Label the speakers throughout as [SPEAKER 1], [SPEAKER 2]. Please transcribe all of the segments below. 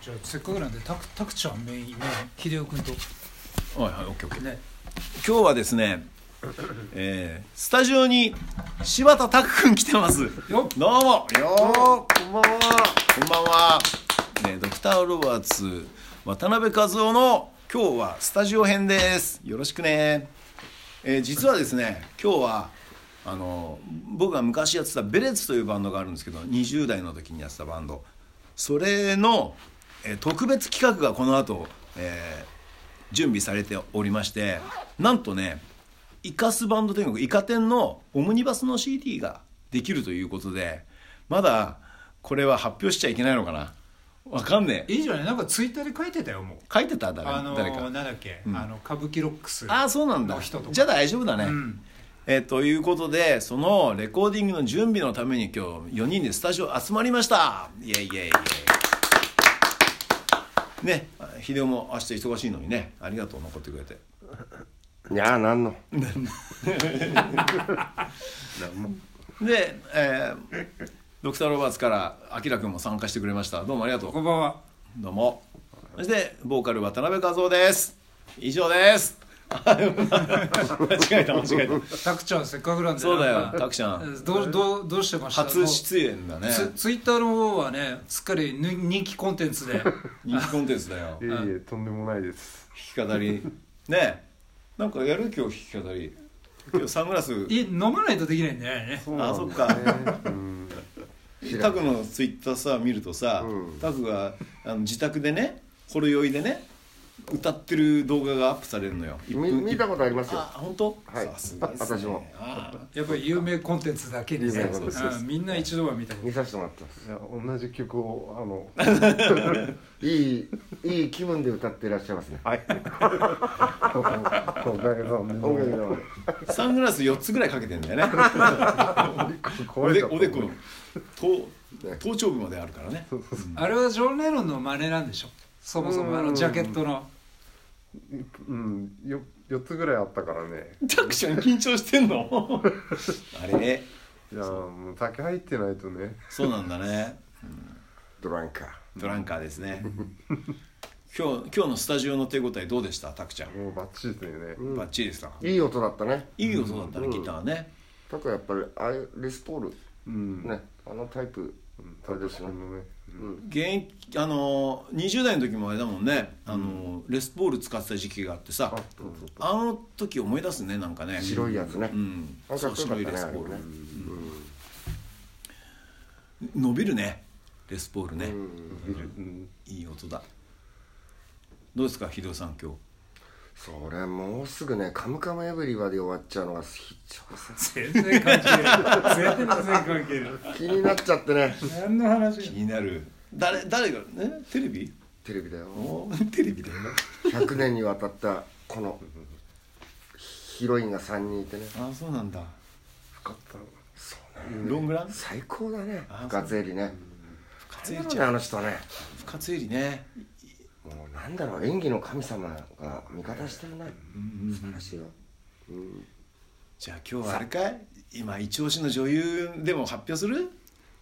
[SPEAKER 1] じゃあせっかくなんでタクタクちゃんメインメイン秀夫君と
[SPEAKER 2] はいはいオッケーオッケー
[SPEAKER 1] ね
[SPEAKER 2] 今日はですね、えー、スタジオに柴田拓くん来てますどうも
[SPEAKER 1] よ
[SPEAKER 2] よーこんばんはこんばんは、ね、ドクターロバーツ渡辺和夫の今日はスタジオ編ですよろしくねえー実はですね今日はあの僕が昔やってたベレッツというバンドがあるんですけど20代の時にやってたバンドそれの、えー特別企画がこの後、えー準備されておりましてなんとねイカスバンド天国イカ天のオムニバスの CD ができるということでまだこれは発表しちゃいけないのかなわかんねえ
[SPEAKER 1] いいじゃないなんかツイッターで書いてたよもう
[SPEAKER 2] 書いてた誰,、
[SPEAKER 1] あの
[SPEAKER 2] 誰
[SPEAKER 1] ー、
[SPEAKER 2] か
[SPEAKER 1] なんだっけ、
[SPEAKER 2] うん
[SPEAKER 1] あの歌舞伎ロックス
[SPEAKER 2] ああそうなんだ
[SPEAKER 1] の人とか
[SPEAKER 2] じゃあ大丈夫だね、
[SPEAKER 1] うん
[SPEAKER 2] えーということでそのレコーディングの準備のために今日4人でスタジオ集まりましたイエイイエイイエイね秀夫も明日忙しいのにねありがとう残ってくれて
[SPEAKER 3] いやーなんの
[SPEAKER 2] で、えードクター・ロバーツからあきらくんも参加してくれましたどうもありがとう
[SPEAKER 1] こんばんは
[SPEAKER 2] どうもそしてボーカル渡辺和夫です以上です 間違えた間違えた
[SPEAKER 1] タクちゃんせっかくなんで
[SPEAKER 2] そうだよ
[SPEAKER 1] なんか
[SPEAKER 2] タクちゃん
[SPEAKER 1] どうどうどうしてました
[SPEAKER 2] 初出演だね
[SPEAKER 1] もうツツイッターの方はねすっかりぬ人気コンテンツで
[SPEAKER 2] 人気コンテンツだよ
[SPEAKER 3] いえいえとんでもないです
[SPEAKER 2] 弾き語りねなんかやる今日弾き語り今日サングラス
[SPEAKER 1] い飲まないとできないんだよね
[SPEAKER 3] うなんだね
[SPEAKER 2] あ
[SPEAKER 3] うん
[SPEAKER 2] タクのツイッターさ見るとさ、
[SPEAKER 3] うん
[SPEAKER 2] タクがあの自宅でねほろ酔いでね歌ってる動画がアップされるのよ一
[SPEAKER 3] み
[SPEAKER 2] 分
[SPEAKER 3] 見たことありますよ
[SPEAKER 2] あ本当、
[SPEAKER 3] はい
[SPEAKER 2] さすがです
[SPEAKER 3] 私も
[SPEAKER 2] あ
[SPEAKER 1] やっぱり有名コンテンツだけに
[SPEAKER 3] 有
[SPEAKER 1] ね
[SPEAKER 3] 名コンテンツです
[SPEAKER 1] うんみんな一度は見たこと
[SPEAKER 3] 見させてもらってますいや同じ曲をあの いいいい気分で歌ってらっしゃいますねはい
[SPEAKER 4] おかげさまで
[SPEAKER 3] 音楽の
[SPEAKER 2] ーサングラス4つぐらいかけてんだよ ねお
[SPEAKER 3] 壊れ
[SPEAKER 2] で
[SPEAKER 3] ちゃった
[SPEAKER 2] おでこの頭頭頂部まであるからね
[SPEAKER 1] あれはジョン・レノンの真似なんでしょそもそもあのジャケットの
[SPEAKER 4] うんよ4つぐらいあったからね
[SPEAKER 2] タクちゃん緊張してんの あれね
[SPEAKER 4] いやーもう酒入ってないとね
[SPEAKER 2] そうなんだね
[SPEAKER 3] ドランカー
[SPEAKER 2] ドランカーですね。 今日今日のスタジオの手応えどうでした、たくちゃん。
[SPEAKER 4] もうバッチリですね
[SPEAKER 2] バッチリですか。
[SPEAKER 3] いい音だったね
[SPEAKER 2] いい音だったね、
[SPEAKER 3] うん
[SPEAKER 2] ギターね。
[SPEAKER 3] ただやっぱりあれレスポール
[SPEAKER 4] うん
[SPEAKER 3] ねあのタイプ
[SPEAKER 4] うん
[SPEAKER 3] あれですね
[SPEAKER 4] そのね
[SPEAKER 3] うん
[SPEAKER 2] 現役あの20代の時もあれだもんね、あのレスポール使ってた時期があってさ
[SPEAKER 3] あ、そうそう
[SPEAKER 2] あの時思い出すねなんかね。
[SPEAKER 3] 白いやつね
[SPEAKER 2] うん。
[SPEAKER 3] あか
[SPEAKER 2] そ
[SPEAKER 3] っ
[SPEAKER 2] う
[SPEAKER 3] こよか
[SPEAKER 2] 白
[SPEAKER 3] っ
[SPEAKER 2] い
[SPEAKER 3] た
[SPEAKER 2] レ
[SPEAKER 3] ね
[SPEAKER 2] ス
[SPEAKER 3] あれ
[SPEAKER 2] ポール
[SPEAKER 3] ね
[SPEAKER 2] ね。伸びるね、レスポールね。
[SPEAKER 4] うん
[SPEAKER 2] いい音だ。どうですか、秀夫さん今日。
[SPEAKER 3] それもうすぐね「カムカムエヴリバディ」終わっちゃうのが非常に
[SPEAKER 1] 全然関係ない全然関係ない
[SPEAKER 3] 気になっちゃってね
[SPEAKER 1] 何の
[SPEAKER 2] 気
[SPEAKER 1] 話
[SPEAKER 2] になる。誰誰がね、テレビ？
[SPEAKER 3] テレビだよ
[SPEAKER 2] おテレビだよね。
[SPEAKER 3] 100年にわたったこのヒロインが3人いてね
[SPEAKER 2] あそうなんだ
[SPEAKER 4] 深かった
[SPEAKER 3] そう
[SPEAKER 2] ロングラン
[SPEAKER 3] 最高だね
[SPEAKER 2] あ
[SPEAKER 3] 深津絵里ね
[SPEAKER 2] 深
[SPEAKER 3] 深
[SPEAKER 2] 津絵里
[SPEAKER 3] 津
[SPEAKER 2] ち
[SPEAKER 3] 絵
[SPEAKER 2] ゃん
[SPEAKER 3] あの人ね
[SPEAKER 2] 深津絵里ね
[SPEAKER 3] もうなんだろう演技の神様が味方してるね素晴らしいようん
[SPEAKER 2] じゃあ今日はあれかい今一押しの女優でも発表する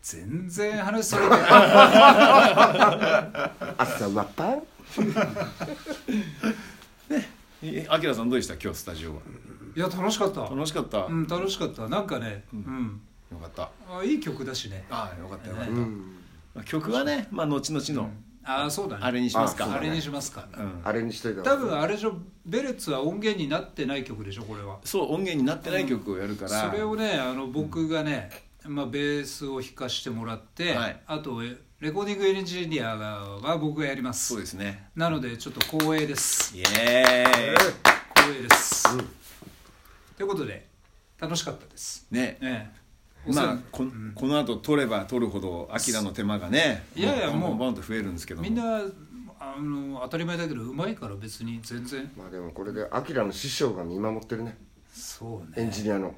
[SPEAKER 1] 全然話それてない
[SPEAKER 3] 朝ワッパン
[SPEAKER 2] えあきらさんどうでした今日スタジオはい
[SPEAKER 1] や楽しかったう
[SPEAKER 2] 楽しかった、よ
[SPEAKER 1] ん楽しかったなんかねうん
[SPEAKER 2] かった
[SPEAKER 1] あいい曲だしね
[SPEAKER 2] ああよかったよかっ
[SPEAKER 1] ね
[SPEAKER 2] た、
[SPEAKER 3] うん
[SPEAKER 2] まあ曲はねまあ後々の
[SPEAKER 1] あそうだね
[SPEAKER 2] あれにしますか
[SPEAKER 3] あそ
[SPEAKER 1] あ
[SPEAKER 3] うだね
[SPEAKER 1] れにしますか
[SPEAKER 2] うん
[SPEAKER 3] あれにしといた
[SPEAKER 1] 多分あれでしょベレッツは音源になってない曲でしょこれは
[SPEAKER 2] そう音源になってない曲をやるか
[SPEAKER 1] そ
[SPEAKER 2] ら、
[SPEAKER 1] れをねあの僕がねまあベースを弾かしてもらって
[SPEAKER 2] はい
[SPEAKER 1] あとえレコーディングエンジニアは僕がやりま
[SPEAKER 2] そう
[SPEAKER 1] す
[SPEAKER 2] ですね
[SPEAKER 1] なのでちょっと光栄です
[SPEAKER 2] イエーイ
[SPEAKER 1] 光栄です、ということで楽しかったです
[SPEAKER 2] ね
[SPEAKER 1] ええお世話
[SPEAKER 2] まあ
[SPEAKER 1] に
[SPEAKER 2] こ,、この後取れば取るほどあきらの手間がね
[SPEAKER 1] いやいやもう
[SPEAKER 2] ボンボンボンと増えるんですけども
[SPEAKER 1] みんなあの当たり前だけどうまいから別に全然
[SPEAKER 3] まあでもこれでアキラの師匠が見守ってるね
[SPEAKER 1] そう
[SPEAKER 3] エ
[SPEAKER 1] ね
[SPEAKER 3] ンジニアの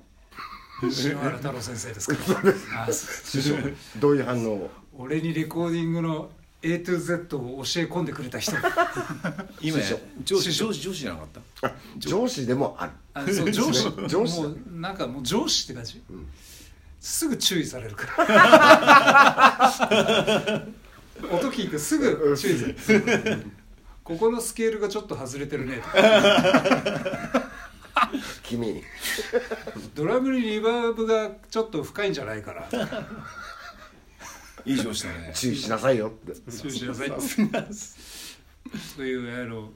[SPEAKER 1] 篠原太郎先生ですからあそう
[SPEAKER 3] どういう反応を
[SPEAKER 1] 俺にレコーディングの A to Z を教え込んでくれた人
[SPEAKER 2] 今や
[SPEAKER 3] 師匠
[SPEAKER 2] 上司
[SPEAKER 1] 師匠
[SPEAKER 2] 上司上司じゃなかった
[SPEAKER 3] 上司でもある
[SPEAKER 1] あそう上司
[SPEAKER 3] 上司
[SPEAKER 1] もうなんかもう上司って感じ、すぐ注意されるから音聞いてすぐ注意するここのスケールがちょっと外れてるねとか
[SPEAKER 3] 君
[SPEAKER 1] ドラムにリバーブがちょっと深いんじゃないかなとか
[SPEAKER 2] いい上司だね
[SPEAKER 3] 注意しなさいよって
[SPEAKER 1] 注意しなさいというあの、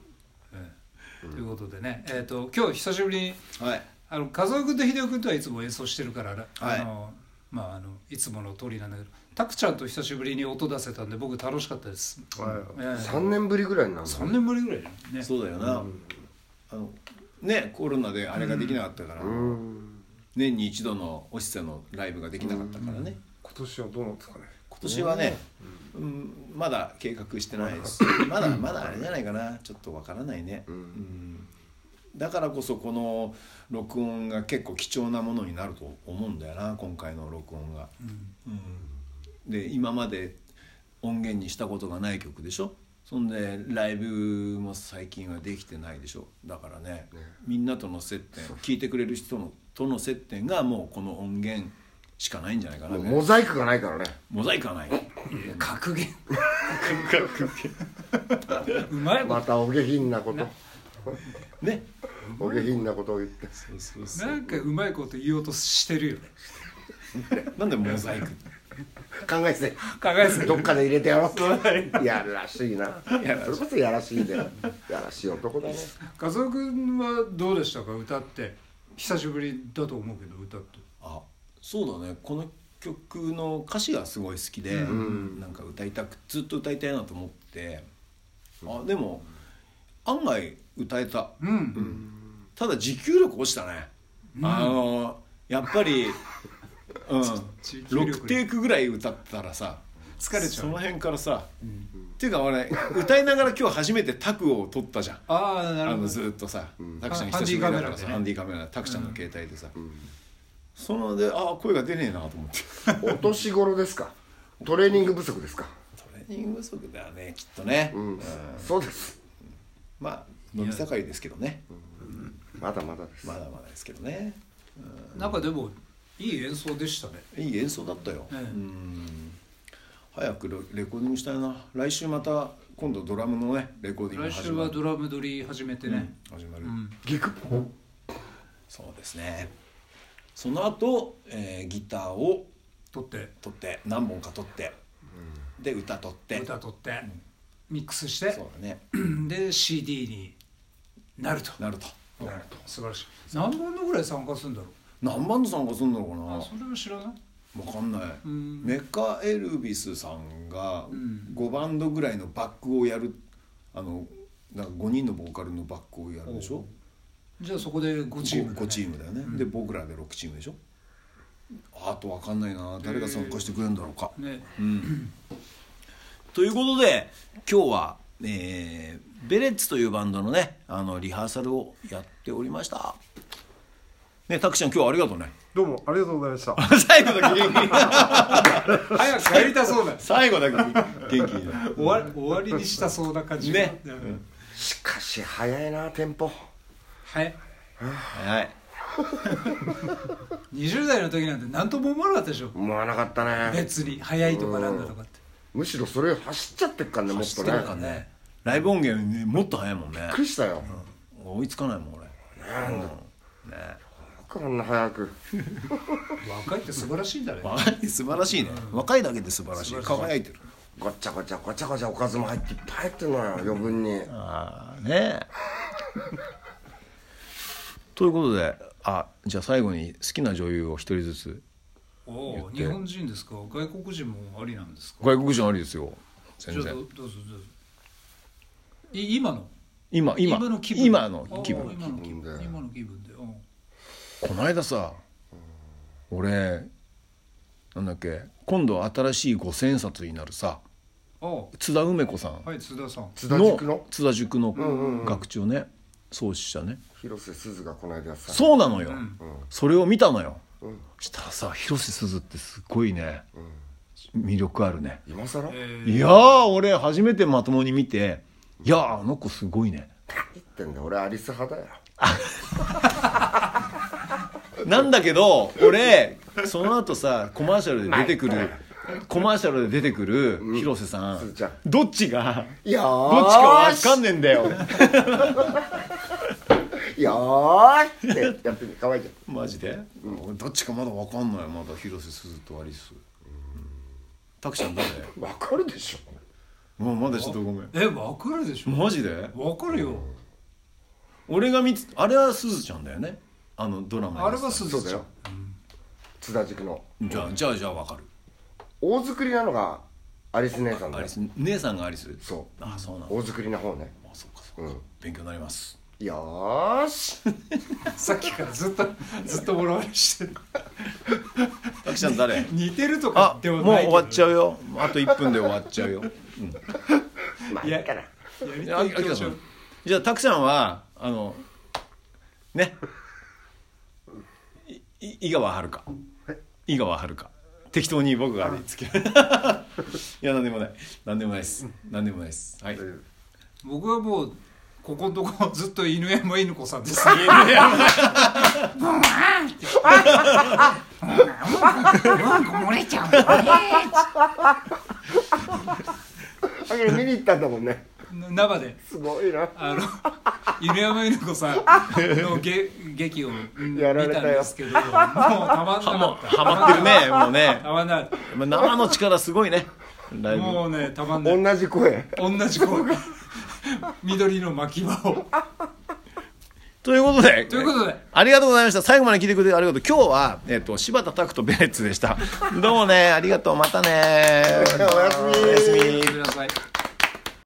[SPEAKER 1] えということでねえっ、と今日久しぶりに
[SPEAKER 2] はい
[SPEAKER 1] あの和夫君と秀夫君とはいつも演奏してるから、
[SPEAKER 2] はい
[SPEAKER 1] あのまああのいつもの通りなんだけどタクちゃんと久しぶりに音出せたんで僕楽しかったです、
[SPEAKER 4] はい
[SPEAKER 1] ええ
[SPEAKER 3] 3年ぶりぐらいになる
[SPEAKER 1] 3年ぶりぐらいだよね
[SPEAKER 2] そうだよな、あのねコロナであれができなかったから、
[SPEAKER 3] うん
[SPEAKER 2] 年に一度のオシセのライブができなかったからね、
[SPEAKER 4] 今年はどうなんですかね
[SPEAKER 2] 今年はね、うん、まだ計画してないですまだまだあれじゃないかなちょっとわからないね、うんだからこそこの録音が結構貴重なものになると思うんだよな今回の録音が、うんで今まで音源にしたことがない曲でしょそんでライブも最近はできてないでしょだからねみんなとの接点聞いてくれる人のとの接点がもうこの音源しかないんじゃないかな
[SPEAKER 3] もうモザイクがないからね
[SPEAKER 2] モザイクはない
[SPEAKER 1] いや格言うまいこ
[SPEAKER 3] またお下品なこと
[SPEAKER 2] ね
[SPEAKER 3] お下品なことを言って
[SPEAKER 2] そうそ
[SPEAKER 1] と
[SPEAKER 2] う
[SPEAKER 1] なんかうまいこと言おうとしてるよね
[SPEAKER 2] なんでモザイク
[SPEAKER 3] 考えて
[SPEAKER 1] 考えすぎ
[SPEAKER 3] どっかで入れてやろうってやらしいなそ
[SPEAKER 2] や
[SPEAKER 3] れ
[SPEAKER 2] らしい
[SPEAKER 3] こそやらしいでやらしい男だね
[SPEAKER 1] 和夫君はどうでしたか歌って久しぶりだと思うけど歌って
[SPEAKER 2] あそうだねこの曲の歌詞がすごい好きで、なんか歌いたくずっと歌いたいなと思ってあでも案外歌えた
[SPEAKER 1] うん、
[SPEAKER 2] ただ持久力落ちたね、あのやっぱり、うん、
[SPEAKER 1] 持久力
[SPEAKER 2] 6テイクぐらい歌ったらさ
[SPEAKER 1] 疲れちゃう
[SPEAKER 2] その辺からさ、っていうか俺歌いながら今日初めてタクを取ったじゃん
[SPEAKER 1] ああなる
[SPEAKER 2] あ
[SPEAKER 1] ほ
[SPEAKER 2] の
[SPEAKER 1] ど
[SPEAKER 2] ずーっとさ、タクちゃん
[SPEAKER 1] ハンデ
[SPEAKER 2] 久し
[SPEAKER 1] ィ
[SPEAKER 2] ぶ
[SPEAKER 1] カ
[SPEAKER 2] り
[SPEAKER 1] メ
[SPEAKER 2] だ
[SPEAKER 1] ラ
[SPEAKER 2] か
[SPEAKER 1] でね
[SPEAKER 2] らさハンディカメラでタクちゃんの携帯でさ、そのでああ声が出ねえなと思って ト
[SPEAKER 3] お年頃ですかトレーニング不足ですか
[SPEAKER 2] レーニング不足だよねきっとね、
[SPEAKER 3] うんそうです
[SPEAKER 2] まあ飲み盛りですけどね
[SPEAKER 3] まだまだです
[SPEAKER 2] まだまだですけどね
[SPEAKER 1] なんかでもいい演奏でしたね
[SPEAKER 2] いい演奏だったよ、
[SPEAKER 1] ええ
[SPEAKER 2] うん早くレレコーディングしたいな来週また今度ドラムのねレコーディング
[SPEAKER 1] 来週はドラム取り始めてね、
[SPEAKER 2] 始まる、
[SPEAKER 3] ギク
[SPEAKER 2] そうですねその後、えーギターを
[SPEAKER 1] 取って
[SPEAKER 2] 取って何本か取って、で歌取って
[SPEAKER 1] 歌取って、ミックスして
[SPEAKER 2] そうだね
[SPEAKER 1] で CD になると
[SPEAKER 2] なると
[SPEAKER 1] なると素晴らしい何本のぐらい参加するんだろう
[SPEAKER 2] 何番のさんがすんだろうか
[SPEAKER 1] あそれは知らない
[SPEAKER 2] なわかんないメカエルビスさんが5バンドぐらいのバックをやるあのなんか5人のボーカルのバックをやるでしょ
[SPEAKER 1] じゃあそこで5チームだね、
[SPEAKER 2] 5チームだよね、で僕らで6チームでしょあとわかんないな誰が参加してくれるんだろうか、
[SPEAKER 1] ね
[SPEAKER 2] ということで今日は、えーベレッツというバンドのねあのリハーサルをやっておりましたねたくちゃん今日はありがとうね
[SPEAKER 4] どうもありがとうございました
[SPEAKER 2] 最後だけ元気
[SPEAKER 1] 早く帰りた そうだ
[SPEAKER 2] 最後だけ元気
[SPEAKER 1] 終わ終わりにしたそうな感じが
[SPEAKER 2] ね
[SPEAKER 1] うん
[SPEAKER 3] しかし早いなテンポ
[SPEAKER 1] はい
[SPEAKER 2] はい
[SPEAKER 1] 20代の時なんて何とも思わなかったでしょ
[SPEAKER 3] 思わなかったね
[SPEAKER 1] 別に早いとかなんだとかって
[SPEAKER 3] むしろそれ走っちゃってっからねもっとね
[SPEAKER 2] なんかねライブ音源、ね、もっと早いもんね
[SPEAKER 3] びっくりしたよ
[SPEAKER 2] 追いつかないもん俺
[SPEAKER 3] よくあんな早く
[SPEAKER 1] 若いって素晴らしいんだね
[SPEAKER 2] 若い素晴らしいね、若いだけで素晴らしい輝いてる
[SPEAKER 3] ごっちゃごちゃごちゃごちゃおかずも入っていっぱい入ってんのよ余分に
[SPEAKER 2] ああね ということであじゃあ最後に好きな女優を一人ずつ
[SPEAKER 1] おお
[SPEAKER 2] て
[SPEAKER 1] 日本人ですか外国人もありなんですか
[SPEAKER 2] 外国人ありですよ
[SPEAKER 1] じゃ
[SPEAKER 2] 全
[SPEAKER 1] あど
[SPEAKER 2] 然
[SPEAKER 1] うどうぞどうぞい今の
[SPEAKER 2] 今今
[SPEAKER 1] の気分
[SPEAKER 2] 今の気
[SPEAKER 1] おー
[SPEAKER 2] 分
[SPEAKER 1] 今の気
[SPEAKER 3] 気分
[SPEAKER 1] 分
[SPEAKER 3] で
[SPEAKER 1] 今の気分でおー
[SPEAKER 2] この間さ俺なんだっけ今度新しい五千円札になるさ
[SPEAKER 1] お
[SPEAKER 2] 津田梅子さん
[SPEAKER 1] ーはい津田さん
[SPEAKER 3] 津田
[SPEAKER 2] の
[SPEAKER 3] 塾の
[SPEAKER 2] 津田塾の学長ね創始者ね
[SPEAKER 3] 広瀬すずがこの間さ
[SPEAKER 2] そうなのよ、それを見たのよ、したらさ広瀬すずってすごいね、魅力あるね、
[SPEAKER 3] 今更
[SPEAKER 1] えー
[SPEAKER 2] いやー俺初めてまともに見ていやーあの子すごい ね
[SPEAKER 3] 言ってんだよ俺アリス派だよ
[SPEAKER 2] なんだけど俺その後さコマーシャルで出てくるコマーシャルで出てくる広瀬さん、
[SPEAKER 3] すずちゃん
[SPEAKER 2] どっちが
[SPEAKER 3] よ
[SPEAKER 2] ど
[SPEAKER 3] ー
[SPEAKER 2] っちかわ
[SPEAKER 3] し
[SPEAKER 2] かんねえんだよ
[SPEAKER 3] よーしってやってみてかわいいじゃ
[SPEAKER 2] マジで、俺どっちかまだわかんないまだ広瀬すずとアリスタクちゃん誰
[SPEAKER 3] んわかるでしょ
[SPEAKER 2] もうまだちょっとごめん
[SPEAKER 1] えわかるでしょ
[SPEAKER 2] マジで
[SPEAKER 1] わかるよ
[SPEAKER 2] 俺が見つあれはすずちゃんだよねあのドラマ
[SPEAKER 1] あれはす
[SPEAKER 3] そう
[SPEAKER 1] ず
[SPEAKER 3] だ
[SPEAKER 1] ちゃん
[SPEAKER 3] よ津田塾の
[SPEAKER 2] ずじゃあじゃあじゃあわかる
[SPEAKER 3] 大作りなのがアリス姉さんだ
[SPEAKER 2] ア
[SPEAKER 3] よ
[SPEAKER 2] リス姉さんがアリス
[SPEAKER 3] そ
[SPEAKER 2] あそうなん
[SPEAKER 3] う
[SPEAKER 2] だ
[SPEAKER 3] 大作りな方ね
[SPEAKER 2] あそうかそううか、
[SPEAKER 3] ん
[SPEAKER 2] 勉強になります
[SPEAKER 3] よーし
[SPEAKER 1] さっきからずっ とずっと笑われしてる
[SPEAKER 2] タクちゃん 誰
[SPEAKER 1] 似てると
[SPEAKER 2] あ
[SPEAKER 1] かで
[SPEAKER 2] も
[SPEAKER 1] は
[SPEAKER 2] う
[SPEAKER 1] ない
[SPEAKER 2] 終
[SPEAKER 1] けど
[SPEAKER 2] わっちゃうよあと1分で終わっちゃうよ
[SPEAKER 3] まあいいかな
[SPEAKER 1] やり
[SPEAKER 2] あ
[SPEAKER 1] たい
[SPEAKER 2] あき
[SPEAKER 1] 気持
[SPEAKER 2] らさ
[SPEAKER 1] ちは
[SPEAKER 2] んじゃあたくさんはあのねいい井川遥井川遥適当に僕があれつ けるいや何でもない何でもないです何でもないですはい
[SPEAKER 4] 大丈夫
[SPEAKER 1] 僕はもうここのとこずっと犬山犬子さん です
[SPEAKER 3] あげ見に行ったんだもんね
[SPEAKER 1] 生です
[SPEAKER 3] ごいな
[SPEAKER 1] あの 犬山犬子さんのげ劇をうん見
[SPEAKER 3] や
[SPEAKER 1] た
[SPEAKER 3] ら
[SPEAKER 1] ん
[SPEAKER 3] れたよ
[SPEAKER 1] ですけどもうたまんな
[SPEAKER 2] も
[SPEAKER 1] か
[SPEAKER 2] う
[SPEAKER 1] った
[SPEAKER 2] ハマってるねもうね
[SPEAKER 1] たまんなかっ
[SPEAKER 2] まあ生の力すごいねラ
[SPEAKER 1] た
[SPEAKER 2] イブ
[SPEAKER 1] もうねたまんない
[SPEAKER 3] 同じ声
[SPEAKER 1] 同じ声緑の巻き場を
[SPEAKER 2] ということで
[SPEAKER 1] ということで
[SPEAKER 2] ありがとうございました最後まで聞いてくれてありがとう今日は、えっと柴田拓とベレッツでしたどうもねありがとうまたね
[SPEAKER 3] おやすみ
[SPEAKER 2] おやすみ
[SPEAKER 1] ごめんなさい